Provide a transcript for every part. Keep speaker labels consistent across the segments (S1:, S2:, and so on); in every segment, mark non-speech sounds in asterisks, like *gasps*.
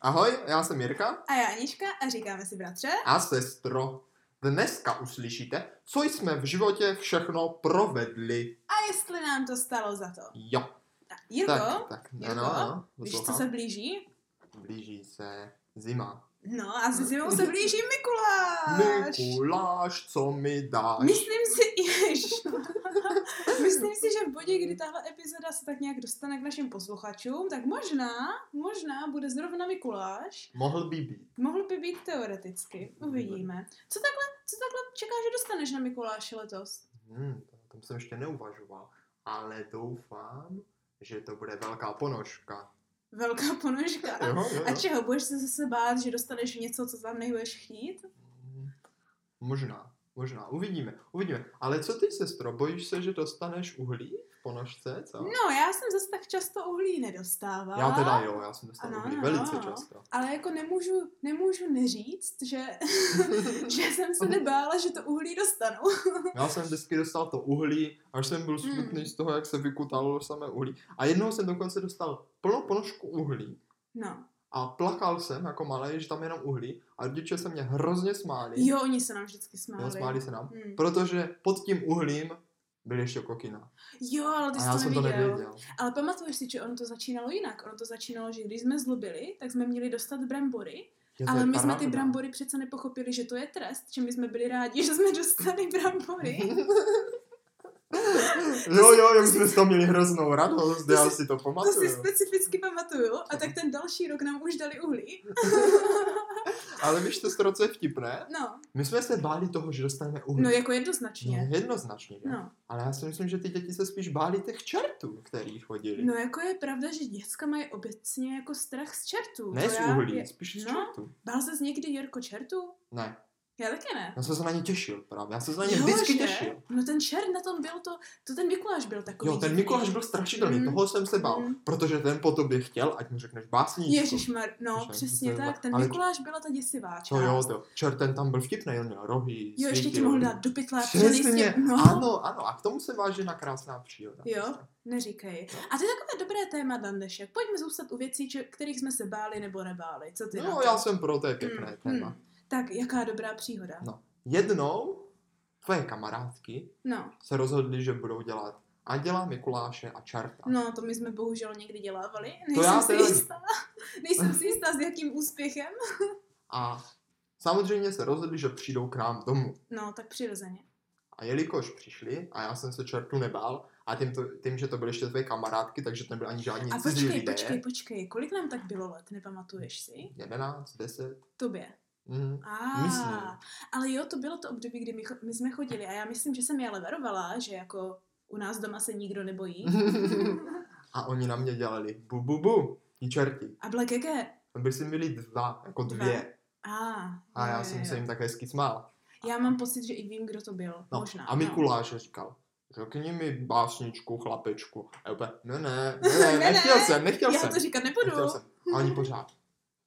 S1: Ahoj, já jsem Jirka
S2: A já Anička a říkáme si bratře.
S1: a sestro. Dneska uslyšíte, co jsme v životě všechno provedli.
S2: A jestli nám to stalo za to.
S1: Jo.
S2: Tak, Jirko,
S1: tak, tak,
S2: Jirko,
S1: ano, ano,
S2: víš, co
S1: poslouchám.
S2: se blíží?
S1: Blíží se zima.
S2: No a se zimou se blíží Mikuláš.
S1: Mikuláš, co mi dáš?
S2: Myslím si, jež, *laughs* myslím si, že v bodě, kdy tahle epizoda se tak nějak dostane k našim posluchačům, tak možná, možná bude zrovna Mikuláš.
S1: Mohl by být.
S2: Mohl by být teoreticky, uvidíme. Co takhle, co takhle čekáš, že dostaneš na Mikuláše letos?
S1: Hmm, to- o tom jsem ještě neuvažoval. Ale doufám, že to bude velká ponožka.
S2: Velká ponožka.
S1: Jo, jo, jo.
S2: A čeho, budeš se zase bát, že dostaneš něco, co tam nebudeš chtít?
S1: Mm, Možná, možná, uvidíme, uvidíme. Ale co ty, sestro, bojíš se, že dostaneš uhlí v ponožce, co?
S2: No, já jsem zase tak často uhlí nedostává.
S1: Já teda jo, já jsem dostal
S2: Ano,
S1: uhlí
S2: ano,
S1: velice
S2: ano.
S1: často.
S2: Ale jako nemůžu, nemůžu
S1: *laughs*
S2: neříct, že, že jsem se nebála, že to uhlí dostanu.
S1: Já jsem vždycky dostal to uhlí, až jsem byl smutný
S2: Hmm.
S1: z toho, jak se vykutalo samé uhlí. A jednou jsem dokonce dostal plnou ponožku uhlí.
S2: No,
S1: A plakal jsem jako malý, že tam jenom uhlí. A rodiče se mě hrozně smáli.
S2: jo, oni se nám vždycky
S1: jo,
S2: smáli.
S1: smáli se nám.
S2: Hmm.
S1: Protože pod tím uhlím byl ještě kokina.
S2: Jo, ale ty
S1: A
S2: jsi
S1: já
S2: to
S1: jsem to
S2: neviděl.
S1: nevěděl.
S2: Ale pamatuješ si, že ono to začínalo jinak. Ono to začínalo, že když jsme zlobili, tak jsme měli dostat brambory,
S1: Je to
S2: ale my jsme
S1: paráda.
S2: ty
S1: *laughs*
S2: brambory přece nepochopili, že to je trest, že my jsme byli rádi, *laughs* že jsme dostali
S1: *laughs*
S2: brambory.
S1: Jo, jo, jo, my jsme z toho měli hroznou radost,
S2: To
S1: já
S2: si-
S1: si to
S2: To si
S1: pamatuju.
S2: specificky pamatuju a tak ten další rok nám už dali uhlí.
S1: Ale víš, to stroce je vtipné.
S2: No,
S1: My jsme se báli toho, že dostaneme uhlí.
S2: no jako jednoznačně.
S1: No, jednoznačně. že?
S2: No.
S1: Ale já si myslím, že ty děti se spíš báli těch čertů, který chodili.
S2: no jako je pravda, že děcka mají obecně jako strach z čertů.
S1: ne
S2: To
S1: z
S2: já-
S1: uhlí,
S2: je-
S1: spíš z
S2: no.
S1: čertů.
S2: Bál ses někdy Jirko čertů?
S1: Ne,
S2: Já taky ne.
S1: já jsem se na ně těšil právě, já jsem se na ně vždycky
S2: že?
S1: těšil.
S2: No ten čert na tom byl to, to ten Mikuláš byl takový.
S1: Jo, ten
S2: divný.
S1: Mikuláš byl strašidelný,
S2: Mm.
S1: toho jsem se bál,
S2: Mm.
S1: protože ten po tobě chtěl, ať mu řekneš básníčku.
S2: Ježišmar, no
S1: Víš, ne,
S2: přesně
S1: to je-
S2: tak, ten
S1: ale-
S2: Mikuláš byla ta děsivá část.
S1: To jo, to čert, ten tam byl vtipný, on měl rohy,
S2: jo, ještě ti
S1: svítil.
S2: mohl dát do pytle.
S1: Přesně,
S2: no.
S1: ano, ano, a k tomu se váží na krásná Prostě. příroda.
S2: Jo. Neříkej. A to je takové dobré téma, Dandešek. Pojďme zůstat u věcí, če- kterých jsme se báli nebo nebáli. Co ty na
S1: No,
S2: to?
S1: já jsem pro, to je pěkné
S2: Hmm,
S1: téma.
S2: hmm. Tak, jaká dobrá příhoda.
S1: No. Jednou tvoje kamarádky
S2: No,
S1: se rozhodly, že budou dělat Anděla, Mikuláše a Čerta.
S2: no, to my jsme bohužel někdy dělávali. Nejsem
S1: já
S2: si
S1: teda-
S2: jistá. *laughs* Nejsem si jistá, s jakým úspěchem.
S1: A samozřejmě se rozhodli, že přijdou k nám domů.
S2: No, tak přirozeně.
S1: A jelikož přišli, a já jsem se čertu nebál, a tím, to, tím že to byly ještě tvoje kamarádky, takže to nebyly ani žádní
S2: A
S1: cizí
S2: počkej,
S1: lidé.
S2: počkej, počkej, kolik nám tak bylo let, nepamatuješ si?
S1: 11, 10,
S2: Tobě.
S1: mm,
S2: A,
S1: Myslím.
S2: ale jo, to bylo to období, kdy my, cho- my jsme chodili a já myslím, že jsem je leverovala, že jako u nás doma se nikdo nebojí.
S1: *laughs* Mhm. A oni na mě dělali bu, bu, bu, ti čerti.
S2: A Black Egger.
S1: Byli jsme byli dva, jako
S2: Dva.
S1: dvě.
S2: A,
S1: A
S2: jo,
S1: já
S2: jo,
S1: jsem
S2: jo.
S1: se jim tak hezky smál.
S2: Já mám pocit, že i vím, kdo to byl.
S1: No,
S2: Možná.
S1: a Mikuláš říkal, řekni mi básničku, chlapečku. A já úplně, ne,
S2: *laughs*
S1: ne, ne,
S2: Ne,
S1: ne,
S2: ne.
S1: nechtěl jsem,
S2: No.
S1: nechtěl
S2: Já
S1: jsem.
S2: to říkat
S1: nechtěl
S2: nebudu. *laughs*
S1: jsem. A oni pořád,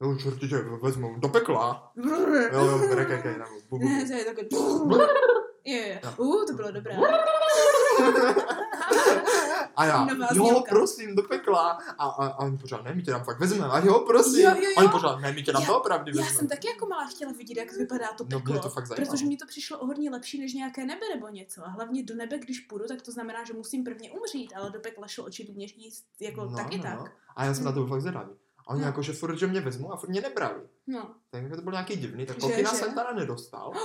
S1: jo, čurti tě vezmou do pekla.
S2: Brr.
S1: Jo, jo, rekekej, nebo bu, bu, bu.
S2: Ne, to je takové...
S1: *laughs*
S2: Je, je.
S1: No.
S2: Uh, to
S1: *laughs*
S2: bylo dobré.
S1: A já,
S2: Nová
S1: jo,
S2: znělka.
S1: prosím, do pekla. A, a, a oni pořád, ne, my tě tam fakt vezmeme. A jo, prosím.
S2: Jo, jo, jo.
S1: Oni pořád, ne, my tě tam
S2: Já-
S1: doopravdy
S2: Já
S1: vezmeme.
S2: jsem taky jako malá chtěla vidět, jak vypadá to
S1: No, mě
S2: peklo.
S1: to fakt zajímalo.
S2: protože mi to přišlo o hodně lepší než nějaké nebe nebo něco. A hlavně do nebe, když půjdu, tak to znamená, že musím prvně umřít, ale do pekla šlo očividně jíst jako
S1: No,
S2: taky
S1: no,
S2: tak. Hmm.
S1: no. A já jsem na to byl fakt zvědavý. A oni
S2: No.
S1: jako, že furt, že mě vezmou a furt mě nebrali.
S2: No.
S1: Tak to byl nějaký divný, tak
S2: Že,
S1: kokina
S2: že?
S1: jsem teda nedostal. *gasps*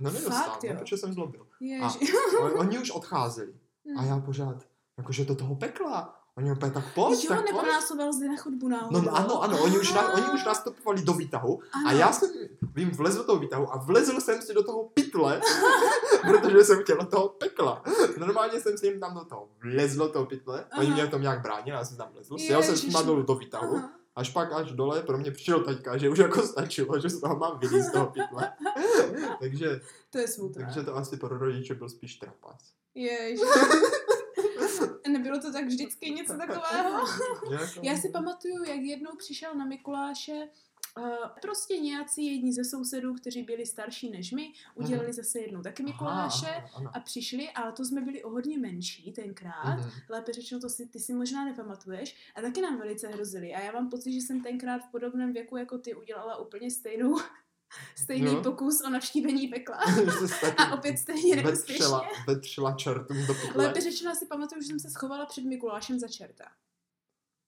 S1: No nedostal,
S2: Fakt,
S1: no,
S2: jo.
S1: protože jsem zlobil.
S2: Ježi.
S1: On- Oni už odcházeli. A já pořád, jakože do toho pekla. Oni opět tak pojď,
S2: Jo,
S1: tak pojď.
S2: nebo nás vezl na chodbu náhodou.
S1: No ano, ano, oni už, na,
S2: Aha.
S1: oni už nastupovali do výtahu a
S2: Ano.
S1: já jsem jim vlezl do toho výtahu a vlezl jsem si do toho pytle, *laughs* protože jsem chtěl do toho pekla. Normálně jsem si jim tam do toho vlezl do toho pytle, oni
S2: Aha.
S1: mě v tom nějak bránili, já jsem tam vlezl, sjel jsem s nima
S2: Ježiši.
S1: dolů do výtahu.
S2: Aha.
S1: Až pak až dole pro mě přišel taťka, že už jako stačilo, že z toho mám vylít z toho
S2: *laughs*
S1: pytle. takže,
S2: To je smutné.
S1: takže to asi pro rodiče byl spíš trapas. *laughs*
S2: Ježiš. Nebylo to tak vždycky něco takového?
S1: Že jako-
S2: Já si pamatuju, jak jednou přišel na Mikuláše Uh, prostě nějací jedni ze sousedů, kteří byli starší než my, udělali zase jednou taky Mikuláše
S1: Mhm. Aha, ano.
S2: a přišli, ale to jsme byli o hodně menší tenkrát.
S1: Mhm.
S2: Lépe řečeno, to si, ty si možná nepamatuješ. A taky nám velice hrozili. A já mám pocit, že jsem tenkrát v podobném věku jako ty udělala úplně stejnou, *laughs* stejný
S1: Jo.
S2: pokus o
S1: *laughs*
S2: navštívení pekla.
S1: Že jsi taky
S2: *laughs* A opět stejně neúspěšně.
S1: vetřela, vetřela čertům do pekla.
S2: Lépe řečeno si pamatuju, že jsem se schovala před Mikulášem za čerta.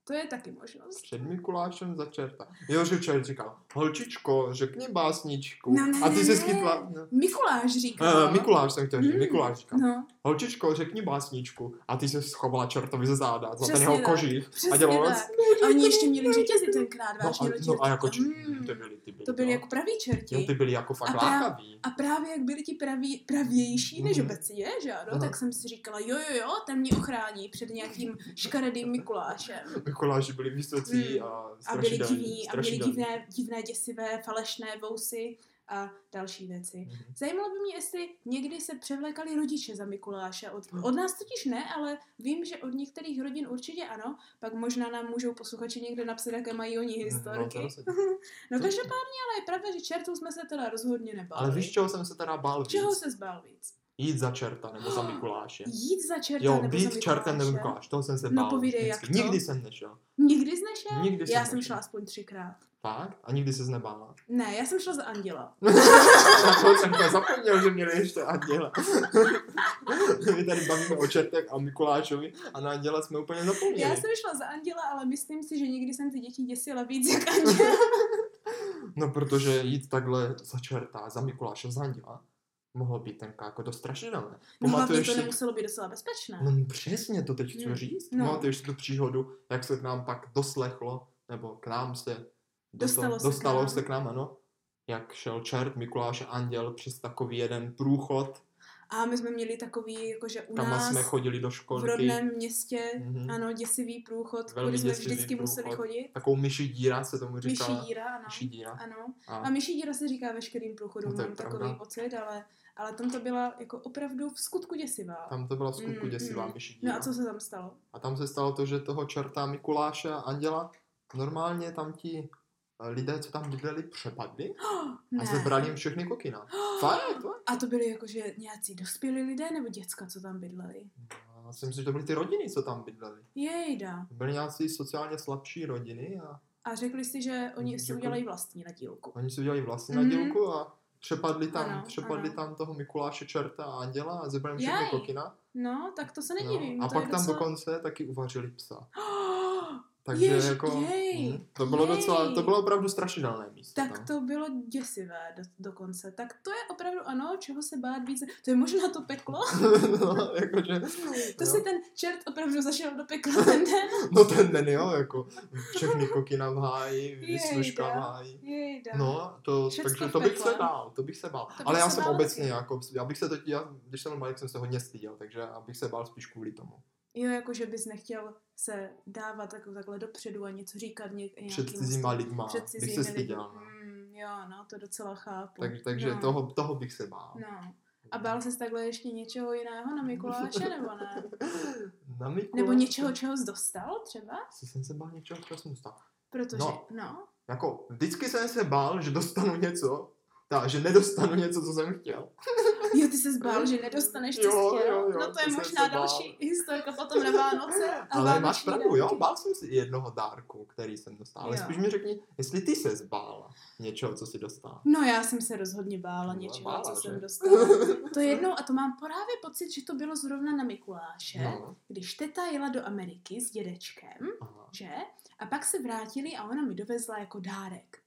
S2: To je taky možnost.
S1: Před Mikulášem za čerta. Jo, že čert říkal, holčičko, řekni básničku.
S2: No, ne,
S1: a ty
S2: ne,
S1: se
S2: ne.
S1: schytla... No.
S2: Mikuláš říkal.
S1: Uh, Mikuláš jsem chtěl říct,
S2: Mm.
S1: Mikuláš říkal.
S2: No,
S1: Holčičko, řekni básničku. A ty se schovala čertovi ze záda, za ten
S2: Přesně
S1: jeho
S2: tak,
S1: kožich. A
S2: přesně
S1: dělala
S2: tak. A oni ještě měli řetězy tenkrát,
S1: No
S2: vážně
S1: a,
S2: do
S1: no a jako
S2: čertíka.
S1: č-
S2: Mm,
S1: ty byly, ty byly.
S2: To byli
S1: no.
S2: jako praví čerti.
S1: Jo, ty byly jako fakt
S2: A pra-
S1: lákaví.
S2: A právě jak byli ti praví, pravější než
S1: Mhm.
S2: obecně, že ano,
S1: Aha.
S2: tak jsem si říkala, jo, jo, jo, ten mě ochrání před nějakým škaredým Mikulášem.
S1: Mikuláši byli vysocí
S2: Mm.
S1: a
S2: A byli
S1: strašidelní.
S2: divní, a byli
S1: strašidelní.
S2: divné, divné, děsivé, falešné vousy a další věci.
S1: Mhm.
S2: Zajímalo by mě, jestli někdy se převlékali rodiče za Mikuláše. Od,
S1: Mhm.
S2: od nás totiž ne, ale vím, že od některých rodin určitě ano. Pak možná nám můžou posluchači někde napsat, jaké mají oni
S1: No, to
S2: historky.
S1: rozhodně.
S2: No každopádně, ale je pravda, že čertů jsme se teda rozhodně nebáli.
S1: Ale víš, čeho jsem se teda bál
S2: Čeho
S1: víc?
S2: se zbál víc?
S1: Jít za čerta nebo
S2: *gasps*
S1: za Mikuláše.
S2: Jít za čertem
S1: Jo,
S2: nebo za
S1: být čertem nebo
S2: Mikulášem?
S1: Mikuláš, toho jsem se
S2: No
S1: bál.
S2: povídej,
S1: vždycky.
S2: jak to?
S1: Nikdy jsem nešel.
S2: Nikdy jsi nešel?
S1: Nikdy
S2: já
S1: jsem
S2: jsem
S1: nešel.
S2: šla aspoň třikrát.
S1: Fakt? A nikdy se nebála.
S2: Ne, já jsem šla za Anděla.
S1: Na *laughs* to jsem to zapomněl, že měli ještě Anděla. *laughs* My tady bavíme o čertech a Mikulášovi a na Anděla jsme úplně zapomněli.
S2: Já jsem šla za Anděla, ale myslím si, že nikdy jsem ty děti děsila víc
S1: *laughs*
S2: jak Anděla.
S1: No protože jít takhle za čerta, za Mikuláše, za Anděla, mohlo být tenká jako dost strašidelné.
S2: No hlavně
S1: Pamatuješ
S2: to
S1: si,
S2: nemuselo být docela bezpečné.
S1: No přesně, to teď chci
S2: Hmm.
S1: říct.
S2: No.
S1: No. Pamatuješ si tu příhodu, jak se k nám pak doslechlo, nebo k nám se dosto-
S2: Dostalo se
S1: dostalo
S2: k nám.
S1: se k nám, ano. Jak šel čert, Mikuláš a Anděl přes takový jeden průchod,
S2: A my jsme měli takový, jakože u
S1: kam
S2: nás
S1: jsme chodili do
S2: v
S1: školky.
S2: rodném městě,
S1: Mhm.
S2: ano, děsivý průchod,
S1: Velmi
S2: kudy jsme
S1: děsivý
S2: vždycky museli
S1: průchod.
S2: chodit.
S1: Takovou myší díra se tomu říká.
S2: Myší díra, ano.
S1: Myší díra.
S2: Ano.
S1: A,
S2: A myší díra se říká veškerým průchodům,
S1: No to je
S2: mám
S1: pravda.
S2: takový pocit, ale, ale tam to byla jako opravdu v skutku děsivá.
S1: tam to byla v skutku
S2: Mm,
S1: děsivá
S2: mm.
S1: myší díra.
S2: No a co se tam stalo? *gasps*
S1: A tam se stalo to, že toho čerta Mikuláše a Anděla normálně tam ti eh, lidé, co tam bydleli, přepadli a
S2: Ne. *gasps*
S1: zebrali jim všechny kokina. Fakt, fakt.
S2: A to byli jakože nějací dospělí lidé nebo děcka, co tam bydleli?
S1: Já si myslím, že to byly ty rodiny, co tam bydleli.
S2: Jejda.
S1: Byly nějaký sociálně slabší rodiny a
S2: A řekli si, že oni si
S1: Řekli-
S2: udělají vlastní nadílku.
S1: oni si udělali vlastní
S2: Mhm.
S1: nadělku a přepadli tam,
S2: Ano,
S1: přepadli
S2: ano.
S1: tam toho Mikuláše Čerta a Anděla a zebrali jim
S2: Jaj,
S1: všechny kokina.
S2: No, tak to se nedivím.
S1: No. A
S2: to
S1: pak
S2: je
S1: tam
S2: docela...
S1: dokonce taky uvařili psa.
S2: Oh,
S1: Takže
S2: Jež-
S1: jako
S2: jej,
S1: mhm, to bylo
S2: jej.
S1: docela, to bylo opravdu strašidelné místo.
S2: *gasps* tak to bylo děsivé do, dokonce. Tak to je opravdu ano, čeho se bát více. To je možná
S1: *laughs*
S2: to peklo.
S1: no, jakože,
S2: To
S1: jo.
S2: si ten čert opravdu zašel do pekla *laughs* ten den.
S1: No ten den jo, jako všechny kokina v háji,
S2: Jejda.
S1: vysluška v háji.
S2: Jejda.
S1: No, to,
S2: Všecko
S1: takže
S2: v
S1: to bych
S2: pekle.
S1: se bál, to bych se bál.
S2: bych
S1: Ale já
S2: se
S1: jsem
S2: bál
S1: obecně
S2: taky.
S1: jako, já bych se to, já, když jsem byl malý, jsem se hodně styděl, takže já bych se bál spíš kvůli tomu.
S2: Jo, jakože bys nechtěl se dávat jako takhle dopředu a něco říkat něk- nějakým
S1: Před cizíma lidma
S2: před
S1: bych
S2: cizími
S1: se
S2: lidmi.
S1: styděl. no.
S2: Mm, jo, no, to docela chápu.
S1: Tak, takže
S2: no.
S1: toho, toho bych se bál.
S2: No. A bál ses takhle ještě něčeho jiného na Mikuláše, nebo ne?
S1: Na Mikuláše.
S2: Nebo něčeho, čeho jsi dostal třeba?
S1: Co jsem se bál něčeho, čeho jsem dostal.
S2: Protože, no.
S1: No.
S2: no.
S1: Jako, vždycky jsem se bál, že dostanu něco, ta, že nedostanu něco, co jsem chtěl.
S2: Jo, ty se zbál, že nedostaneš, co
S1: Jo,
S2: jsi chtěl.
S1: jo, jo,
S2: no to je
S1: to jsem
S2: možná
S1: se bál.
S2: další historka potom na Vánoce. A
S1: Ale
S2: Vánoční
S1: máš pravdu,
S2: dárky.
S1: jo, bál jsem si i jednoho dárku, který jsem dostal. Ale
S2: Jo.
S1: spíš mi řekni, jestli ty se zbála něčeho, co jsi dostal.
S2: No já jsem se rozhodně bála
S1: Ty byla
S2: něčeho,
S1: bála,
S2: co
S1: že? *laughs*
S2: jsem dostala. To jednou, a to mám právě pocit, že to bylo zrovna na Mikuláše,
S1: No,
S2: když teta jela do Ameriky s dědečkem,
S1: aha,
S2: že? A pak se vrátili a ona mi dovezla jako dárek.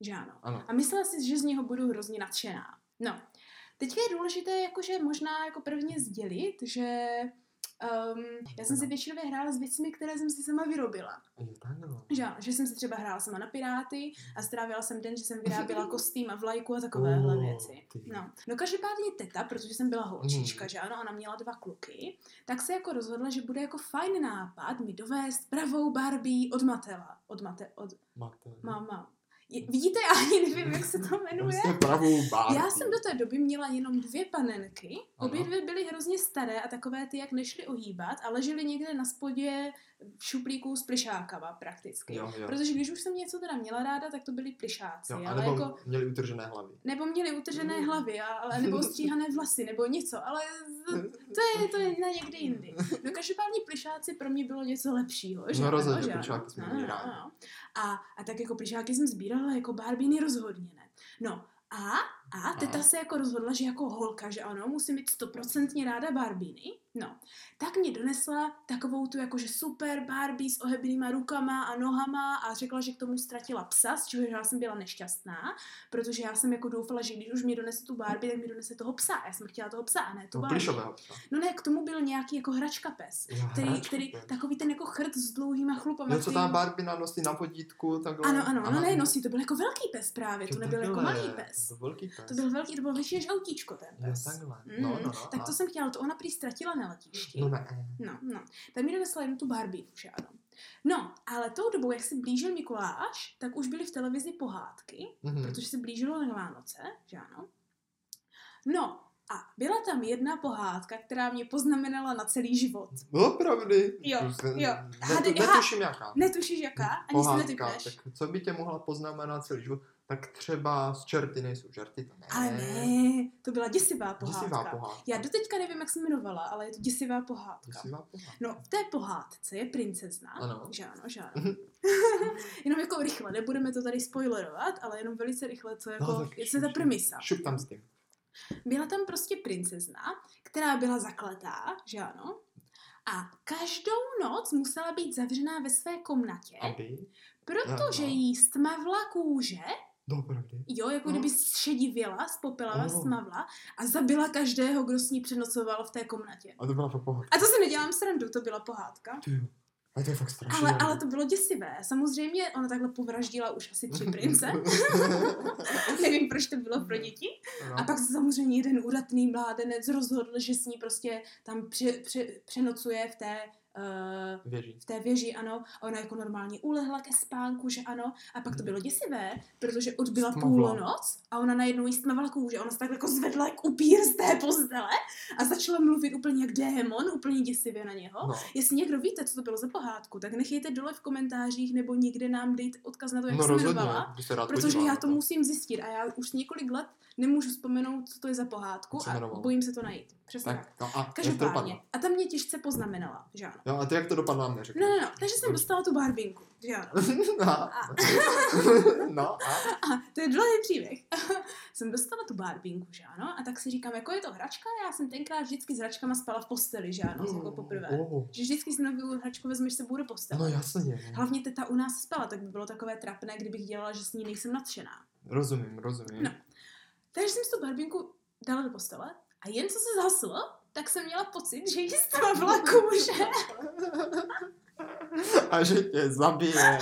S2: Že ano.
S1: ano.
S2: A myslela si, že z něho budu hrozně nadšená. No, teďka je důležité jakože možná jako prvně sdělit, že um, já jsem si většinově hrála s věcmi, které jsem si sama vyrobila.
S1: Jo, takhle.
S2: Že, ano, že jsem si třeba hrála sama na Piráty a strávila jsem den, že jsem vyráběla kostým a vlajku a takovéhle
S1: Oh,
S2: věci.
S1: ty.
S2: No. no každopádně teta, protože jsem byla holčička,
S1: Mhm.
S2: že ano, ona měla dva kluky, tak se jako rozhodla, že bude jako fajn nápad mi dovést pravou Barbie od Matela. Od Mate, od
S1: Máte.
S2: máma. Je- Vidíte, *laughs* já ani nevím, jak se to jmenuje.
S1: Prostě pravou bárku.
S2: Já jsem do té doby měla jenom dvě panenky. Obě
S1: Ano.
S2: dvě byly hrozně staré a takové ty, jak nešly ohýbat a ležely někde na spodě v šuplíku s plišákama prakticky.
S1: Jo, jo.
S2: Protože když už jsem něco teda měla ráda, tak to byly plišáci.
S1: Jo,
S2: ale
S1: anebo
S2: jako,
S1: měli utržené hlavy.
S2: nebo měli utržené
S1: Mm.
S2: hlavy, a- ale, nebo stříhané vlasy, nebo něco, ale z- to je, to je na někdy jindy. No každopádně plišáci pro mě bylo něco lepšího, že?
S1: No,
S2: ano,
S1: rozhodně,
S2: že ano?
S1: plišáky jsme
S2: No,
S1: měli
S2: no,
S1: rádi.
S2: no. A, a tak jako plišáky jsem sbírala jako barbíny rozhodně ne. No a, a teta
S1: A?
S2: se jako rozhodla, že jako holka, že ano, musím mít stoprocentně ráda barbíny. No, tak mě donesla takovou tu jakože super Barbie s ohebenýma rukama a nohama a řekla, že k tomu ztratila psa, z čehož já jsem byla nešťastná, protože já jsem jako doufala, že když už mi donese tu Barbie, tak mi donese toho psa. Já jsem chtěla toho psa a ne tu
S1: To
S2: Barbie.
S1: plišového psa.
S2: No ne, k tomu byl nějaký jako hračka pes.
S1: Jo,
S2: Který,
S1: hračku,
S2: který,
S1: to je.
S2: takový ten jako chrt s dlouhýma chlupama.
S1: No co ta
S2: který-
S1: Barbina nosí na podítku, takhle.
S2: Ano, ano, no ne, nosí, to byl jako velký pes právě,
S1: Jo,
S2: to nebyl jako
S1: takhle,
S2: malý pes.
S1: To velký pes.
S2: To byl velký, to byl větší než autíčko ten
S1: Jo,
S2: pes.
S1: takhle.
S2: Mm,
S1: No, no, no.
S2: tak
S1: a-
S2: to jsem chtěla, to ona prý ztratila na letišti.
S1: No ne.
S2: No, no. Tak mi donesla jenom tu Barbie, že ano. No, ale tou dobou, jak se blížil Mikuláš, tak už byly v televizi pohádky,
S1: Mhm.
S2: protože se blížilo na Vánoce, že ano. No, a byla tam jedna pohádka, která mě poznamenala na celý život.
S1: Opravdy.
S2: Jo,
S1: No, To-
S2: jo. Hady-
S1: Ne, netuším jaká.
S2: Netušíš jaká? Ani si netypneš.
S1: tak co by tě mohla poznamenat celý život? Tak třeba z čerty nejsou žerty, to ne.
S2: Ale ne, to byla děsivá pohádka.
S1: Děsivá pohádka.
S2: Já doteďka nevím, jak se jmenovala, ale je to děsivá pohádka.
S1: Děsivá pohádka.
S2: No, v té pohádce je princezna.
S1: Ano. Mhm.
S2: Že ano, že ano. *laughs* jenom jako rychle, nebudeme to tady spoilerovat, ale jenom velice rychle, co jako,
S1: No, tak
S2: je co je ta premisa.
S1: Šup tam s tím.
S2: Byla tam prostě princezna, která byla zakletá, že ano, a každou noc musela být zavřená ve své komnatě,
S1: Aby.
S2: protože
S1: ano.
S2: jí stmavla kůže,
S1: Opravdu.
S2: jo, jako
S1: No.
S2: kdyby šedivěla, spopila,
S1: Ano.
S2: stmavla a zabila každého, kdo s ní přenocoval v té komnatě.
S1: A to byla po pohádka.
S2: A to si nedělám srandu, to byla pohádka.
S1: Ty jo. A to je fakt strašné.
S2: Ale, ale to bylo děsivé. Samozřejmě ona takhle povraždila už asi
S1: *laughs*
S2: tři prince. *laughs* Nevím, proč to bylo pro děti.
S1: No.
S2: A pak se samozřejmě jeden údatný mládenec rozhodl, že s ní prostě tam pře, pře, přenocuje v té, eh,
S1: Věří.
S2: v té věži, ano. A ona jako normálně ulehla ke spánku, že ano. A pak to bylo děsivé, protože odbyla
S1: Stmavla.
S2: půlnoc a ona najednou jí stmavla kůže. Ona se tak jako zvedla jak upír z té postele a začala mluvit úplně jak démon, úplně děsivě na něho.
S1: No.
S2: Jestli někdo víte, co to bylo za pohádku, tak nechejte dole v komentářích nebo někde nám dejte odkaz na to, jak
S1: No
S2: se
S1: rozhodně,
S2: jmenovala.
S1: by se rád
S2: Protože
S1: podíval
S2: já
S1: na
S2: to musím zjistit a já už několik let nemůžu vzpomenout, co to je za pohádku
S1: Jak se
S2: a
S1: jmenovala?
S2: bojím se to najít. Přesně tak.
S1: Tak, no a jak to
S2: Každopádně.
S1: dopadlo?
S2: A tam mě těžce poznamenala, že ano.
S1: Jo, a ty jak to dopadlo, nám neřekl.
S2: No, no, no, takže jsem dostala tu barbinku, že ano.
S1: *laughs* no.
S2: A-
S1: *laughs* no a?
S2: A to je dlouhý příběh. *laughs* jsem dostala tu barbinku, že ano, a tak si říkám, jako je to hračka, já jsem tenkrát vždycky s hračkama spala v posteli, že ano, jako poprvé.
S1: Oh.
S2: Že vždycky si novou hračku vezmeš s sebou do postele.
S1: No jasně.
S2: Hlavně teta u nás spala, tak by bylo takové trapné, kdybych dělala, že s ní nejsem nadšená.
S1: Rozumím, rozumím.
S2: No. Takže jsem si tu barbinku dala do postele a jen co se zhaslo, tak jsem měla pocit, že jí stravila kůže
S1: *laughs* A že tě zabije.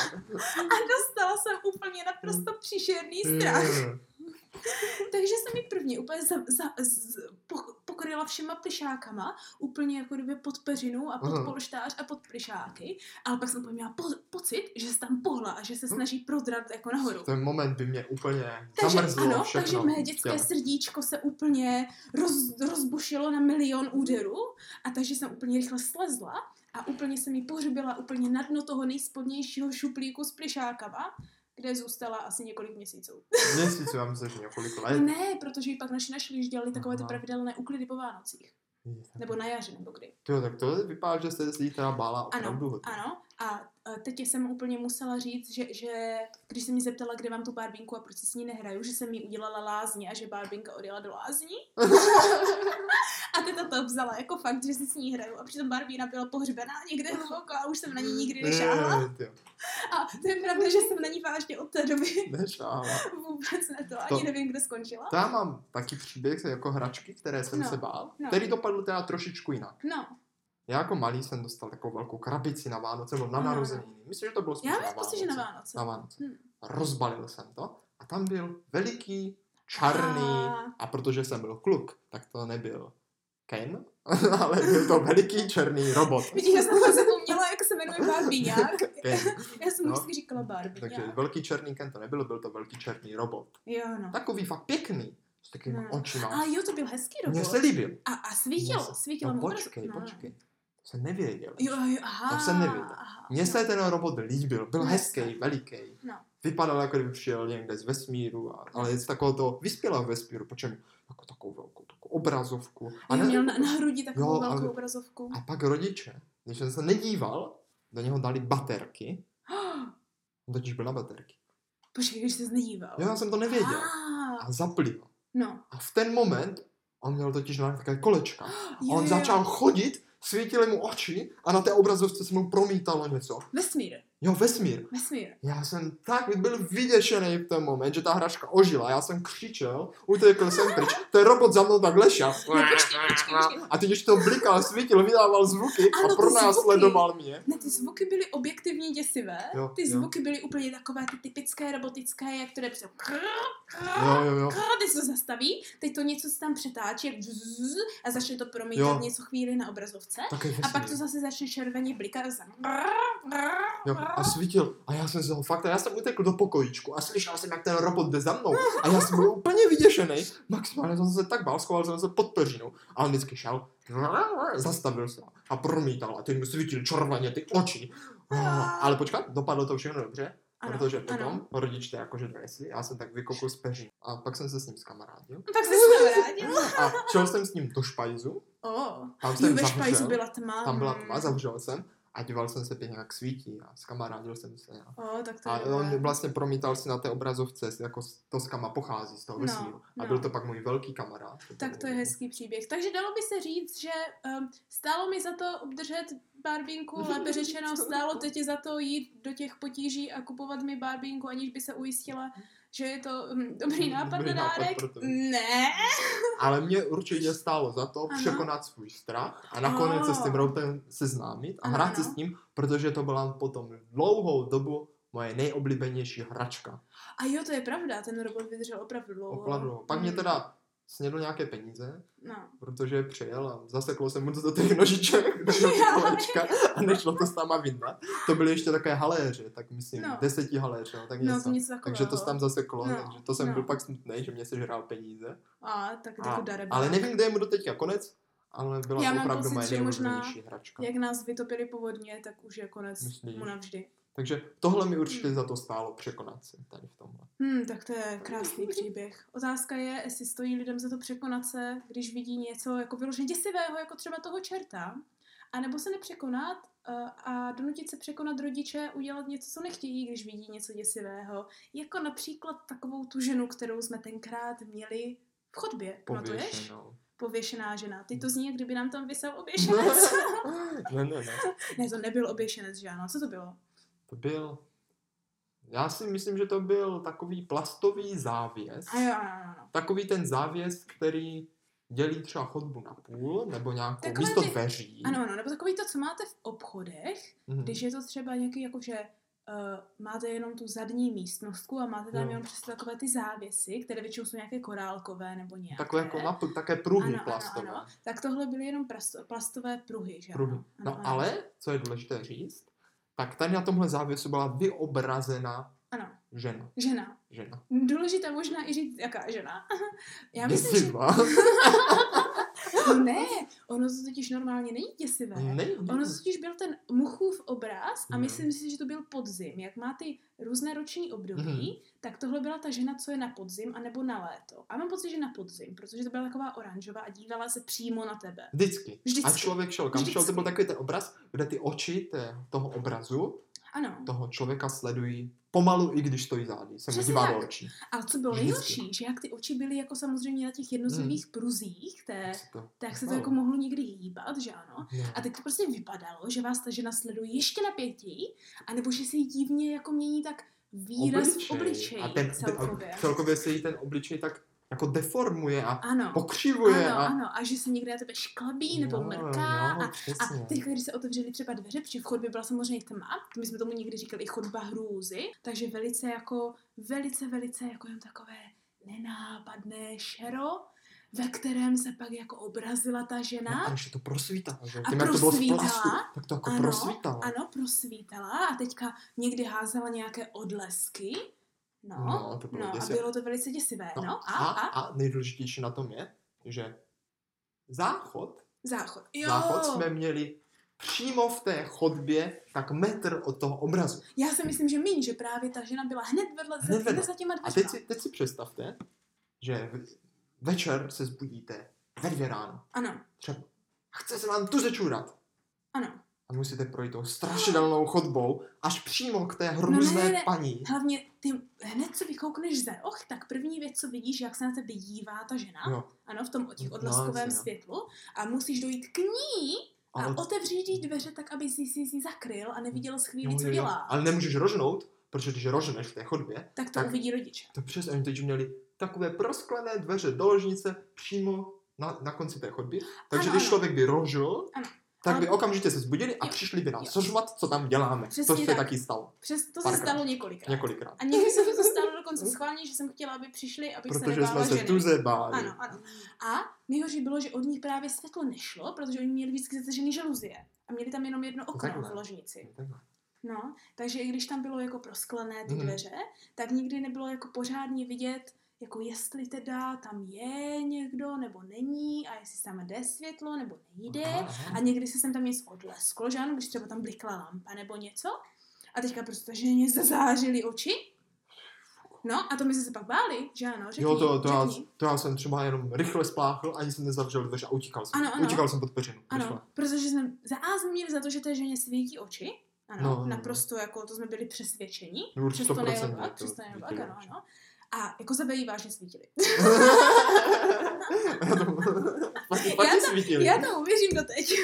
S2: a dostala jsem úplně naprosto příšerný strach. Takže jsem ji první úplně za, za, z, po- pokryla všema plišákama, úplně jako kdyby pod peřinu a pod
S1: Aha.
S2: polštář a pod plišáky, ale pak jsem úplně měla po, pocit, že se tam pohla a že se snaží prodrat jako nahoru.
S1: Ten moment by mě úplně
S2: Takže
S1: zamrzlo
S2: ano,
S1: všechno.
S2: takže mé dětské
S1: Jo.
S2: srdíčko se úplně roz, rozbušilo na milion úderů a takže jsem úplně rychle slezla a úplně jsem ji pohřbila úplně na dno toho nejspodnějšího šuplíku s plišákama, kde zůstala asi několik měsíců.
S1: Měsíců, já myslím, že několik let.
S2: No ne, protože ji pak naši našli, když dělali takové ty
S1: Aha.
S2: pravidelné úklidy po Vánocích. Nebo na jaře, nebo kdy.
S1: Jo, tak to vypadá, že jste si jí teda bála
S2: Ano,
S1: opravdu hodně.
S2: Ano, a e, teď jsem úplně musela říct, že, že když jsem mi zeptala, kde mám tu barbinku a proč si s ní nehraju, že jsem jí udělala lázně a že barbinka odjela do lázní. a teta to vzala jako fakt, že si s ní hraju. A přitom barbína byla pohřbená někde hluboko a už jsem na ní nikdy nešáhla.
S1: Ne, tyjo,
S2: A to je pravda, že jsem na ní vážně od té doby *laughs*
S1: Nešáhla.
S2: vůbec ne to,
S1: To-
S2: ani nevím, kde skončila.
S1: To já mám taky příběh jako hračky, které jsem
S2: No,
S1: se bál,
S2: no.
S1: který dopadl teda trošičku jinak.
S2: No,
S1: Já jako malý jsem dostal takovou velkou krabici na Vánoce nebo na
S2: Ano, ano.
S1: narozeniny. Myslím, že to bylo spíš
S2: já
S1: na
S2: mám pocit, že na
S1: Vánoce.
S2: Vánoce.
S1: na
S2: *laughs*
S1: Vánoce.
S2: Hm.
S1: Rozbalil jsem to a tam byl veliký, černý
S2: A.
S1: a protože jsem byl kluk, tak to nebyl Ken, *laughs* ale byl to veliký černý robot.
S2: *laughs* Vidíš, já jsem to zapomněla, jak se jmenuje můj barbíňák.
S1: Ken.
S2: Já jsem
S1: No. eh,
S2: vždycky říkala
S1: Takže
S2: barbíňák.
S1: velký černý Ken to nebyl, byl to velký černý robot.
S2: Jo, no.
S1: Takový fakt pěkný. S takovými
S2: No.
S1: očima.
S2: A jo, to byl hezký
S1: Mně se
S2: robot.
S1: líbil.
S2: A, a svítilo,
S1: Mně
S2: svítilo
S1: No
S2: mu
S1: počkej,
S2: no.
S1: počkej. Se nevěděl.
S2: Jo, jo, aha.
S1: To jsem nevěděl.
S2: aha,
S1: Mně
S2: no.
S1: se ten robot líbil, byl
S2: No.
S1: hezký, veliký.
S2: No.
S1: Vypadal, jako kdyby přijel někde z vesmíru, a, ale je z takového toho vyspělého vesmíru, počem jako takovou velkou takovou obrazovku. A,
S2: A
S1: ne,
S2: měl na, na hrudi takovou
S1: Jo,
S2: velkou
S1: ale-
S2: obrazovku. *gasps*
S1: a pak rodiče, když jsem se nedíval, do něho dali baterky, on totiž byl na baterky.
S2: Počkej, když jsi nedíval.
S1: Jo, já jsem to nevěděl.
S2: Ah,
S1: A zapli ho.
S2: no.
S1: A v ten moment, on měl totiž na takové kolečka. A
S2: Jo,
S1: on
S2: jo,
S1: začal chodit, svítily mu oči a na té obrazovce se mu promítalo něco.
S2: Vesmír,
S1: Jo, vesmír.
S2: vesmír.
S1: Já jsem tak byl vyděšený v ten moment, že ta hračka ožila, já jsem křičel, utekl jsem pryč, ten robot za mnou takhle šel.
S2: No, počkej, počkej, počkej.
S1: A teď už to blikal, svítil, vydával zvuky
S2: Ano,
S1: a
S2: ty
S1: pronásledoval mě.
S2: Ne, ty zvuky byly objektivně děsivé.
S1: Jo,
S2: ty
S1: jo.
S2: zvuky byly úplně takové ty typické robotické, jak to jde přes krr, krr,
S1: Jo, jo, jo.
S2: krr, *laughs* ty se to zastaví, teď to něco se tam přetáčí jak zzz, a začne to promítat
S1: Jo.
S2: něco chvíli na obrazovce.
S1: Taky
S2: A pak to
S1: vesmír.
S2: zase začne červeně blikat a zase
S1: Jo, a svítil. A já jsem se ho fakt, a já jsem utekl do pokojíčku a slyšel jsem, jak ten robot jde za mnou. A já jsem byl úplně vyděšený. Maximálně jsem se tak bál, schoval jsem se pod peřinu. A on vždycky šel, zastavil se a promítal. A teď mu svítil červeně ty oči. Ah, Ale počkat, dopadlo to všechno dobře.
S2: Ano,
S1: protože
S2: ano.
S1: potom rodiče jakože donesli, já jsem tak vykokl z peří. A pak jsem se s ním zkamarádil.
S2: No, Tak se
S1: *laughs*
S2: jsem vrátila.
S1: A šel jsem s ním do špajzu,
S2: Oh.
S1: tam jsem
S2: Jo, ve špajzu
S1: zavřel,
S2: byla Mm. tma. Hmm.
S1: tam byla tma, zavřel jsem a díval jsem se pěkně, jak svítí a zkamarádil jsem se. A,
S2: O, tak to
S1: a
S2: je dobré.
S1: on vlastně promítal si na té obrazovce, jako s- to z kama pochází, z toho
S2: No,
S1: vesmíru. A
S2: no.
S1: byl to pak můj velký kamarád.
S2: Tak
S1: byl-
S2: to je hezký příběh. Takže dalo by se říct, že um, stálo mi za to obdržet
S1: *laughs*
S2: barbínku, lépe řečeno stálo teď za to jít do těch potíží a kupovat mi barbínku, aniž by se ujistila, že je to um, dobrý nápad
S1: Dobrý
S2: na
S1: nápad
S2: dárek.
S1: pro tebe.
S2: Ne.
S1: Ale mě určitě stálo za to
S2: Ano.
S1: překonat svůj strach a nakonec se s tím
S2: A.
S1: routem seznámit a
S2: Ano,
S1: hrát se
S2: ano.
S1: s ním, protože to byla potom dlouhou dobu moje nejoblíbenější hračka.
S2: A jo, to je pravda, ten robot vydržel opravdu dlouho.
S1: Opravdu. Pak mě
S2: Mm,
S1: teda snědl nějaké peníze, *laughs*
S2: No.
S1: protože přijel a zaseklo se mu to do těch nožiček, do těch
S2: Já. *laughs*
S1: kolečka
S2: No,
S1: a nešlo to s náma vyndat. To byly ještě také haléře, tak myslím,
S2: No.
S1: deseti haléře, no, tak
S2: No,
S1: něco.
S2: to něco takového.
S1: takže to se tam zaseklo,
S2: No,
S1: takže to jsem
S2: no.
S1: byl pak smutný, že mě sežral peníze.
S2: A tak
S1: A-
S2: jako darem.
S1: Ale nevím, kde je mu do teďka konec, ale byla
S2: Já
S1: to
S2: mám
S1: opravdu
S2: pocit,
S1: moje
S2: že možná-
S1: nejoblíbenější hračka.
S2: Jak nás vytopili povodně, tak už je konec
S1: Myslíš?
S2: mu navždy.
S1: Takže tohle mi určitě za to stálo překonat se tady v tomhle.
S2: Hmm, tak to je krásný příběh. Otázka je, jestli stojí lidem za to překonat se, když vidí něco jako vyloženě děsivého, jako třeba toho čerta, anebo se nepřekonat eh, a donutit se překonat rodiče udělat něco, co nechtějí, když vidí něco děsivého. Jako například takovou tu ženu, kterou jsme tenkrát měli v chodbě. Pamatuješ?
S1: Pověšenou. No.
S2: Pověšená žena. Ty to zní, jak kdyby nám tam vysel oběšenec.
S1: *laughs* ne, ne, ne.
S2: ne, to nebyl oběšenec, že ano? Co to bylo?
S1: To byl... Já si myslím, že to byl takový plastový závěs.
S2: A jo, ano, ano, ano.
S1: Takový ten závěs, který dělí třeba chodbu na půl, nebo nějakou
S2: Takové
S1: místo
S2: ty-
S1: dveří.
S2: Ano, ano, nebo takový to, co máte v obchodech,
S1: Mhm.
S2: Když je to třeba nějaký, jakože uh, máte jenom tu zadní místnostku a máte tam
S1: Jo.
S2: jenom přesně takové ty závěsy, které většinou jsou nějaké korálkové nebo nějaké.
S1: Takové jako napl, také pruhy
S2: Ano, ano,
S1: plastové.
S2: ano. Tak tohle byly jenom pras- plastové pruhy, že?
S1: Pruhy.
S2: ano? Ano,
S1: No
S2: ano.
S1: ale, co je důležité říct, tak tady na tomhle závěsu byla vyobrazena
S2: Ano,
S1: žena.
S2: žena.
S1: Žena.
S2: Důležité možná i říct, jaká žena. *laughs* Já myslím, že...
S1: Děsivá.
S2: Ne, ono to totiž normálně není děsivé.
S1: Ne, ne.
S2: Ono to totiž byl ten Muchův obraz a
S1: Mhm.
S2: myslím si, že to byl podzim. Jak má ty různé roční období,
S1: Mhm.
S2: tak tohle byla ta žena, co je na podzim, anebo na léto. A mám pocit, že na podzim, protože to byla taková oranžová a dívala se přímo na tebe.
S1: Vždycky.
S2: Vždycky.
S1: A člověk šel kam šel, to byl
S2: Vždycky.
S1: takový ten obraz, kde ty oči té, toho obrazu,
S2: Ano.
S1: toho člověka sledují pomalu, i když stojí zády. Se mu
S2: Přesně
S1: dívá
S2: tak.
S1: do očí.
S2: A co bylo
S1: Vždycky.
S2: nejhorší, že jak ty oči byly jako samozřejmě na těch jednotlivých pruzích, té,
S1: Jak se to-
S2: tak se to
S1: No.
S2: jako mohlo někdy hýbat, že ano.
S1: No.
S2: Eh, A teď to prostě vypadalo, že vás ta žena sleduje ještě napětěji, anebo že se jí divně jako mění tak výraz v obličeji
S1: A ten,
S2: celkově.
S1: A celkově se jí ten obličej tak jako deformuje a
S2: Ano.
S1: pokřivuje.
S2: ano,
S1: a...
S2: ano, a že se někde na tebe šklabí nebo
S1: Jo,
S2: mrká
S1: jo,
S2: a
S1: přesně.
S2: a teď, když se otevřely třeba dveře, protože v chodbě byla samozřejmě tma, my jsme tomu někdy říkali i chodba hrůzy, takže velice jako, velice, velice jako jen takové nenápadné šero, ve kterém se pak jako obrazila ta žena.
S1: No, a ještě to prosvítala, že? jo?
S2: A
S1: Tím, jak to bylo z
S2: prosvítala?
S1: plastu, tak to jako
S2: Ano,
S1: prosvítala.
S2: Ano, prosvítala a teďka někdy házela nějaké odlesky. No,
S1: No, to bylo
S2: no a
S1: děsivé.
S2: bylo to velice děsivé. No, no a,
S1: a,
S2: a,
S1: a nejdůležitější na tom je, že záchod,
S2: záchod. Jo,
S1: záchod jsme měli přímo v té chodbě tak metr od toho obrazu.
S2: já si myslím, že míň, že právě ta žena byla hned vedle,
S1: Hned
S2: hned
S1: vedle.
S2: vedle. za těma
S1: A
S2: dveřma.
S1: teď si, teď si představte, že v- večer se zbudíte ve dvě ráno,
S2: Ano,
S1: třeba. A chce se vám tu zečurat.
S2: ano.
S1: A musíte projít tou strašidelnou chodbou až přímo k té hrůzné
S2: No, ne, ne.
S1: paní.
S2: Hlavně ty hned, co vykoukneš ze och, tak první věc, co vidíš, jak se na tebe dívá ta žena.
S1: Jo.
S2: Ano, v tom těch
S1: No,
S2: odlaskovém
S1: jasně, no.
S2: světlu. A musíš dojít k ní a,
S1: Ale-
S2: otevřít jí dveře tak, aby si si ji zakryl a neviděl z
S1: Jo,
S2: chvíli, co
S1: jo, jo.
S2: dělá.
S1: Ale nemůžeš rožnout, protože když rožneš v té chodbě,
S2: Tak to
S1: Tak-
S2: uvidí rodiče.
S1: to přes oni teď měli takové prosklené dveře do ložnice přímo na, na konci té chodby. Takže
S2: Ano,
S1: když
S2: ano.
S1: člověk by rožil,
S2: Ano.
S1: tak by
S2: Ale-
S1: okamžitě se zbudili a
S2: Jo.
S1: přišli by
S2: Jo.
S1: nás sožvat, co tam děláme.
S2: Přesně
S1: Což se
S2: tak.
S1: taky stalo
S2: Přes to se
S1: Párkrát.
S2: stalo několikrát.
S1: několikrát.
S2: A někdy se mi to stalo dokonce schválně, že jsem chtěla, aby přišli, abych se
S1: Protože
S2: nebála
S1: jsme se
S2: ženy.
S1: tu zebáli.
S2: Ano, ano. A nejhorší bylo, že od nich právě světlo nešlo, protože oni měli vždycky zatažený žaluzie. A měli tam jenom jedno okno
S1: takhle.
S2: v ložnici. No, takže i když tam bylo jako prosklené ty
S1: Mhm.
S2: dveře, tak nikdy nebylo jako pořádně vidět, jako jestli teda tam je někdo nebo není a jestli tam jde světlo nebo nejde. A někdy se sem tam něco odlesklo, že ano, když třeba tam blikla lampa nebo něco. A teďka prostě ta ženě zazářily oči. No a to my jsme se pak báli, že ano, řekni,
S1: jo, to, to, já,
S2: řekni.
S1: to já jsem třeba jenom rychle spláchl, ani jsem nezavřel dveře a utíkal jsem.
S2: Ano, ano.
S1: Utíkal jsem pod peřinu.
S2: Ano,
S1: rychle.
S2: protože jsme za A jsme měli za to, že té ženě svítí oči. Ano,
S1: No,
S2: no,
S1: no, no.
S2: naprosto jako to jsme byli přesvědčeni.
S1: No,
S2: Přes to
S1: 100%
S2: nejel
S1: je to
S2: vlak, přes to nejel vlak,
S1: svítí
S2: ano,
S1: oči.
S2: ano. A jako sebe jí vážně svítili.
S1: *laughs*
S2: *laughs*
S1: Já to- *laughs* Fakt,
S2: Já
S1: fakt ti
S2: to-
S1: svítili.
S2: Já tomu věřím doteď.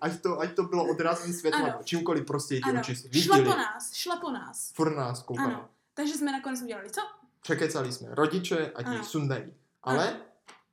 S1: Ať to, ať to bylo odrazem světla,
S2: Ano.
S1: nebo čímkoliv prostě ti
S2: Ano,
S1: oči
S2: šla
S1: svítili.
S2: po nás, šla po nás.
S1: Furt nás koukala.
S2: Ano. Takže jsme nakonec udělali co?
S1: Překecali jsme rodiče, ať ji
S2: Ano.
S1: sundají. Ale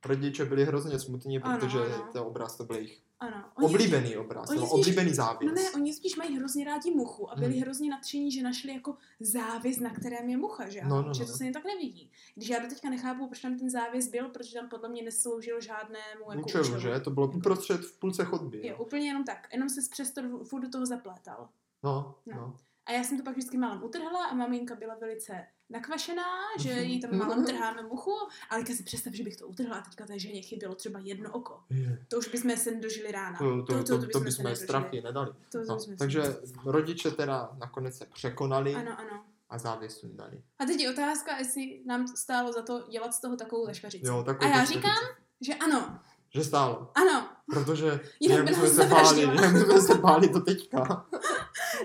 S1: rodiče byli hrozně smutní,
S2: Ano,
S1: protože
S2: ano.
S1: ten obraz to byl jejich
S2: Ano.
S1: oblíbený obraz,
S2: oni
S1: nebo
S2: spíš-
S1: oblíbený
S2: No
S1: závěs.
S2: ne, oni spíš mají hrozně rádi muchu a byli
S1: Hmm.
S2: hmm. hrozně nadšení, že našli jako závěs, na kterém je mucha, že,
S1: No,
S2: no,
S1: no,
S2: no, že
S1: no.
S2: to se jim tak nevidí. Když já do teďka nechápu, proč tam ten závěs byl, protože tam podle mě nesloužil žádnému jako
S1: Účelu, že? To bylo uprostřed v půlce chodby. no.
S2: Jo,
S1: jo.
S2: úplně jenom tak, jenom se přesto furt do toho zaplétal.
S1: No,
S2: No.
S1: no.
S2: A já jsem to pak vždycky málem utrhla a maminka byla velice nakvašená, že jí tam
S1: Mhm.
S2: málem trháme muchu, ale teďka si představ, že bych to utrhla a teďka té ženě chybělo třeba jedno oko.
S1: Je.
S2: To už bychom se nedožili rána.
S1: To, to, to, to, to
S2: bychom se
S1: bychom
S2: nedožili.
S1: strachy nedali.
S2: To
S1: No,
S2: bychom se
S1: takže
S2: nedožili.
S1: rodiče teda nakonec se překonali
S2: Ano, ano.
S1: a závěs sundali.
S2: A teď je otázka, jestli nám to stálo za to dělat z toho takovou leškařici.
S1: Jo, tak
S2: a já říkám, že ano,
S1: Že stálo,
S2: ano,
S1: protože
S2: Jinak
S1: jak
S2: by
S1: jsme
S2: nás
S1: se báli,
S2: zavraždila.
S1: jak jsme se báli do teďka.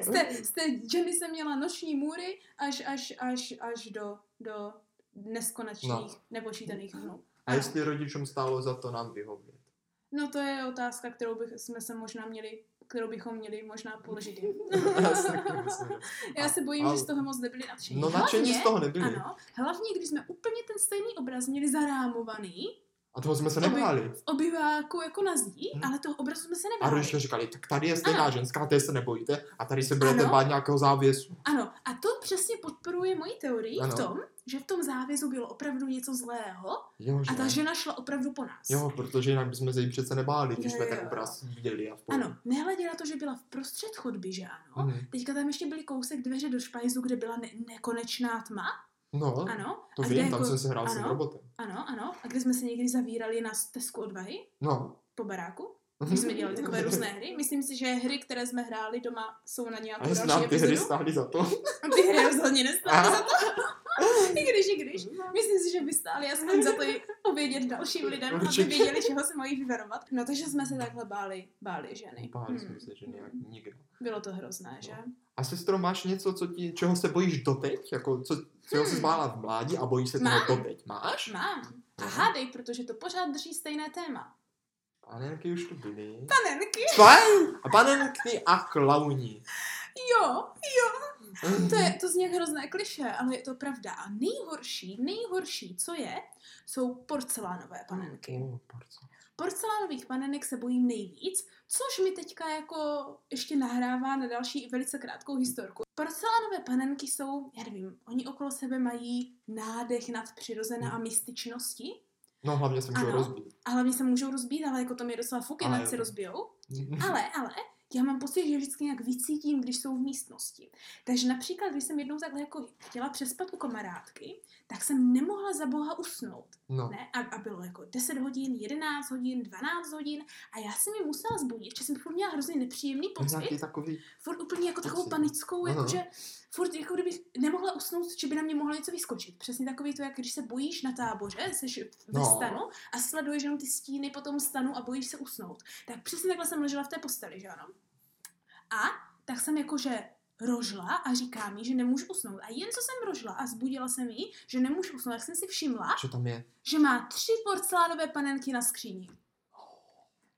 S2: z
S1: Mm.
S2: té, z té ženy jsem měla noční můry až, až, až, až do, do neskonečných,
S1: No.
S2: no. nepočítaných dnů.
S1: A jestli rodičům stálo za to nám vyhovět.
S2: *laughs* No to je otázka, kterou bych, jsme se možná měli, kterou bychom měli možná
S1: *laughs*
S2: položit jim.
S1: Já si taky myslím.
S2: Já se bojím,
S1: ale-
S2: že z toho moc nebyli nadšení.
S1: No nadšení z toho nebyli.
S2: Ano, hlavně když jsme úplně ten stejný obraz měli zarámovaný
S1: A toho jsme se
S2: To by-
S1: nebáli.
S2: v obyváku jako na zdí,
S1: Hmm.
S2: ale toho obrazu jsme se
S1: A
S2: nebáli.
S1: rodiče říkali, tak tady je stejná
S2: Ano.
S1: ženská, té se nebojíte, a tady se budete
S2: Ano.
S1: bát nějakého závěsu.
S2: Ano, a to přesně podporuje moji teorii
S1: Ano.
S2: v tom, že v tom závězu bylo opravdu něco zlého
S1: Jo, že?
S2: a ta žena šla opravdu po nás.
S1: Jo, protože jinak bychom se jí přece nebáli, když
S2: Jo,
S1: jsme
S2: jo,
S1: ten
S2: jo.
S1: obraz viděli a v pohodě.
S2: Ano, nehledě na to, že byla v prostřed chodby, že ano.
S1: Mhm.
S2: Teďka tam ještě byly kousek dveře do špajzu, kde byla ne- nekonečná tma.
S1: No,
S2: Ano,
S1: to
S2: a
S1: vím,
S2: kde
S1: tam
S2: jako-
S1: jsem se hrál s tím
S2: ano.
S1: robotem.
S2: ano, ano. A kde jsme se někdy zavírali na stezku odvahy
S1: No.
S2: po baráku. Když jsme dělali
S1: Mhm.
S2: takové různé hry. Myslím si, že hry, které jsme hráli doma, jsou
S1: *laughs*
S2: na
S1: A
S2: nějakou
S1: jestli
S2: další
S1: nám ty hry
S2: epizodu.
S1: stáhly za to.
S2: Ty hry rozhodně nestály
S1: Aha. *laughs*
S2: za to. I když, i když. Myslím si, že by stály aspoň za to i povědět dalším lidem, aby
S1: Určitě.
S2: věděli, čeho se mají vyvarovat. No takže jsme se takhle báli, báli ženy.
S1: Báli
S2: Hmm.
S1: jsme se, že nějak nikdo.
S2: Bylo to hrozné, že?
S1: A sestro, máš něco, co ti, čeho se bojíš doteď? Jako, co, čeho se
S2: Hmm.
S1: zbála v mládí a bojíš se
S2: Mám.
S1: toho doteď? Máš?
S2: Mám. A hádej, protože to pořád drží stejné téma.
S1: Panenky už tu byly.
S2: Panenky?
S1: Fajn! A panenky a klauni.
S2: Jo, To je to zní jak hrozné kliše, ale je to pravda. A nejhorší, nejhorší, co je, jsou porcelánové panenky.
S1: Oh, porco.
S2: Porcelánových panenek se bojím nejvíc, což mi teďka jako ještě nahrává na další velice krátkou historku. Porcelánové panenky jsou, já nevím, oni okolo sebe mají nádech nad přirozená a mystičnosti.
S1: No hlavně se můžou
S2: Ano.
S1: rozbít.
S2: A hlavně se můžou rozbít, ale jako to mi je docela fuk,
S1: Ale
S2: jinak
S1: jo.
S2: se rozbijou.
S1: Mhm.
S2: Ale, ale, já mám pocit, že vždycky nějak vycítím, když jsou v místnosti. Takže například, když jsem jednou takhle jako chtěla přespat u kamarádky, tak jsem nemohla za boha usnout.
S1: No.
S2: Ne? A, a bylo jako 10 hodin, 11 hodin, 12 hodin a já jsem ji musela zbudit, že jsem furt měla hrozně nepříjemný
S1: Nějaký
S2: pocit,
S1: takový,
S2: furt úplně jako takovou
S1: pocit.
S2: panickou,
S1: Aha.
S2: jakože furt jako kdybych nemohla usnout, že by na mě mohlo něco vyskočit. Přesně takový to, jak když se bojíš na táboře, seš ve
S1: No.
S2: stanu a sleduješ jenom ty stíny po tom stanu a bojíš se usnout. Tak přesně takhle jsem ležela v té posteli, že ano. A tak jsem jakože rožla a říká mi, že nemůžu usnout. A jen co jsem rožla a zbudila jsem ji, že nemůžu usnout, tak jsem si všimla,
S1: že tam je.
S2: že má tři porcelánové panenky na skříni.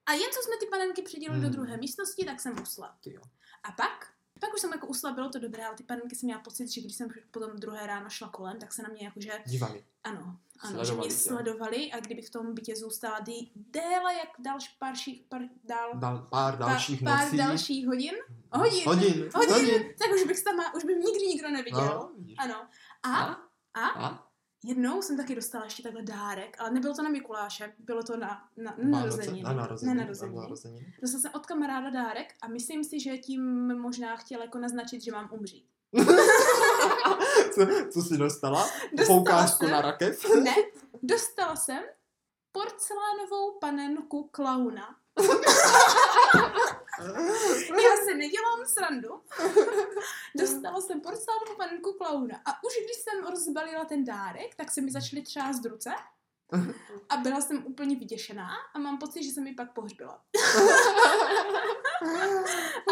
S2: A jen co jsme ty panenky předělili
S1: Hmm.
S2: do druhé místnosti, tak jsem usla.
S1: Ty jo.
S2: A pak? Pak už jsem jako usla, bylo to dobré, ale ty panenky jsem měla pocit, že když jsem potom druhé ráno šla kolem, tak se na mě jakože,
S1: Dívali.
S2: ano, ano, že
S1: Sledovali
S2: mě
S1: tě.
S2: sledovali a kdybych v tom bytě zůstala dý, déle, jak další pár, ších, pár, dál,
S1: Dal, pár dalších
S2: pár,
S1: nocí.
S2: pár dalších hodin, hodin,
S1: Hodin.
S2: hodin, tak už bych tam, už by mě nikdy nikdo neviděl.
S1: No, vidíš.
S2: Ano. A,
S1: A?
S2: a
S1: A?
S2: Jednou jsem taky dostala ještě takhle dárek, ale nebylo to na Mikuláše, bylo to na, na, na
S1: Vánoce-
S2: narození.
S1: Na narození.
S2: Na narození.
S1: narození.
S2: Dostala jsem od kamaráda dárek a myslím si, že tím možná chtěl jako naznačit, že mám umřít.
S1: Co, co jsi dostala?
S2: Dostala
S1: Poukázku
S2: jsem,
S1: na
S2: *laughs*
S1: rakev?
S2: Ne, dostala jsem porcelánovou panenku klauna. Já se nedělám srandu. *laughs* Dostala jsem porcelánovou panenku klauna a už když jsem rozbalila ten dárek, tak se mi začaly třást ruce a byla jsem úplně vyděšená a mám pocit, že jsem mi pak *laughs* pohřbila.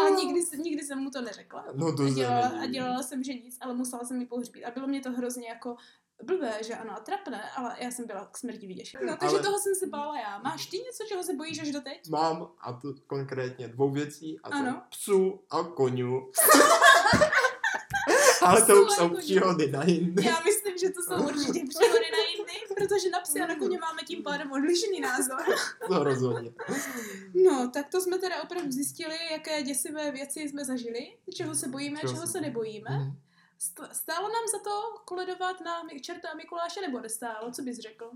S2: Ale nikdy, se- nikdy jsem mu to neřekla.
S1: No to
S2: A
S1: se
S2: dělala,
S1: nedivím.
S2: a dělala jsem, že nic, ale musela jsem ji pohřbít. A bylo mě to hrozně jako blbé, že ano, a trapné, ale já jsem byla k smrti vyděšená. No, takže
S1: Ale-
S2: toho jsem se bála já. Máš ty něco, čeho se bojíš až
S1: *laughs*
S2: doteď?
S1: Mám, a to konkrétně dvou věcí, a to
S2: Ano.
S1: psů a
S2: *laughs*
S1: konňů. Ale to
S2: Psů
S1: už
S2: a
S1: jsou
S2: koní.
S1: příhody na jindy.
S2: Já myslím, že to jsou určitě přívody na jindy, protože na psy a na koně máme tím pádem odlišný názor.
S1: To rozhodně.
S2: No, tak to jsme teda opravdu zjistili, jaké děsivé věci jsme zažili, čeho se bojíme,
S1: Čeho
S2: čeho
S1: se
S2: se nebojíme. St- Stálo nám za to koledovat na Mi- čerta a Mikuláše, nebo nestálo? Co bys řekl?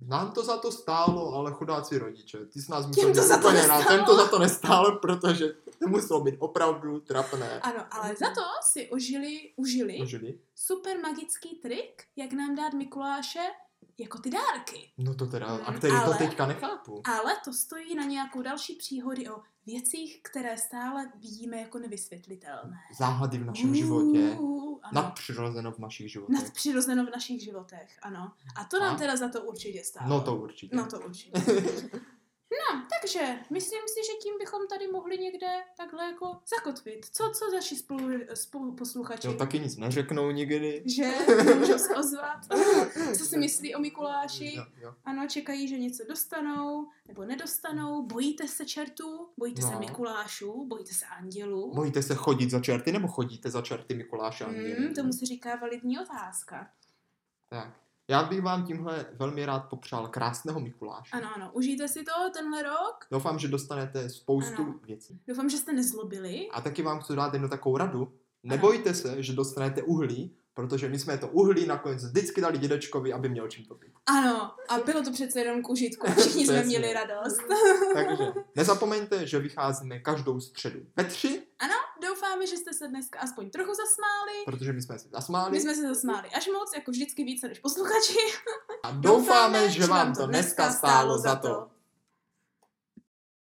S1: Nám to za to stálo, ale chudáci rodiče. Ty jsi nás musel
S2: Těm to
S1: mít
S2: za to
S1: úplně na-
S2: nestálo.
S1: Těm to za to nestálo, protože to muselo být opravdu trapné. No,
S2: Ano, ale za to si ožili, užili
S1: Užili?
S2: super magický trik, jak nám dát Mikuláše jako ty dárky.
S1: No to teda, a
S2: Mm,
S1: který
S2: ale-
S1: to teďka nechápu.
S2: Ale to stojí na nějakou další příhody o věcích, které stále vidíme jako nevysvětlitelné.
S1: Záhady v našem životě.
S2: Uuu, Uh, ano.
S1: Nadpřirozeno v našich životech.
S2: Nadpřirozeno v našich životech, ano. A to nám
S1: A?
S2: teda za to určitě stálo.
S1: No to určitě.
S2: No to určitě.
S1: *laughs*
S2: No, takže myslím si, že tím bychom tady mohli někde takhle jako zakotvit. Co, co naši spolu, spolu posluchači?
S1: Jo, taky nic neřeknou nikdy. *laughs*
S2: Že můžou se ozvat. Co si myslí o Mikuláši?
S1: Jo, jo.
S2: Ano, čekají, že něco dostanou nebo nedostanou. Bojíte se čertů? Bojíte se
S1: No.
S2: Mikulášů? Bojíte se andělů?
S1: Bojíte se chodit za čerty, nebo chodíte za čerty Mikuláše a
S2: Mm, tomu se říká validní otázka.
S1: Tak. Já bych vám tímhle velmi rád popřál krásného Mikuláše.
S2: Ano, ano, užijte si to tenhle rok.
S1: Doufám, že dostanete spoustu
S2: Ano.
S1: věcí.
S2: Doufám, že jste nezlobili.
S1: A taky vám chci dát jednu takovou radu. Nebojte se, že dostanete uhlí, protože my jsme to uhlí nakonec vždycky dali dědečkovi, aby měl čím
S2: *laughs*
S1: topit.
S2: Ano, a bylo to přece jenom
S1: *laughs*
S2: k užitku. Všichni jsme
S1: Přesně.
S2: měli radost. *laughs*
S1: Takže nezapomeňte, že vycházíme každou středu ve tři,
S2: Doufáme, že jste se dneska aspoň trochu zasmáli.
S1: protože my jsme se zasmáli.
S2: My jsme se zasmáli až moc, jako vždycky více než posluchači.
S1: A doufáme, že vám to dneska stálo za to.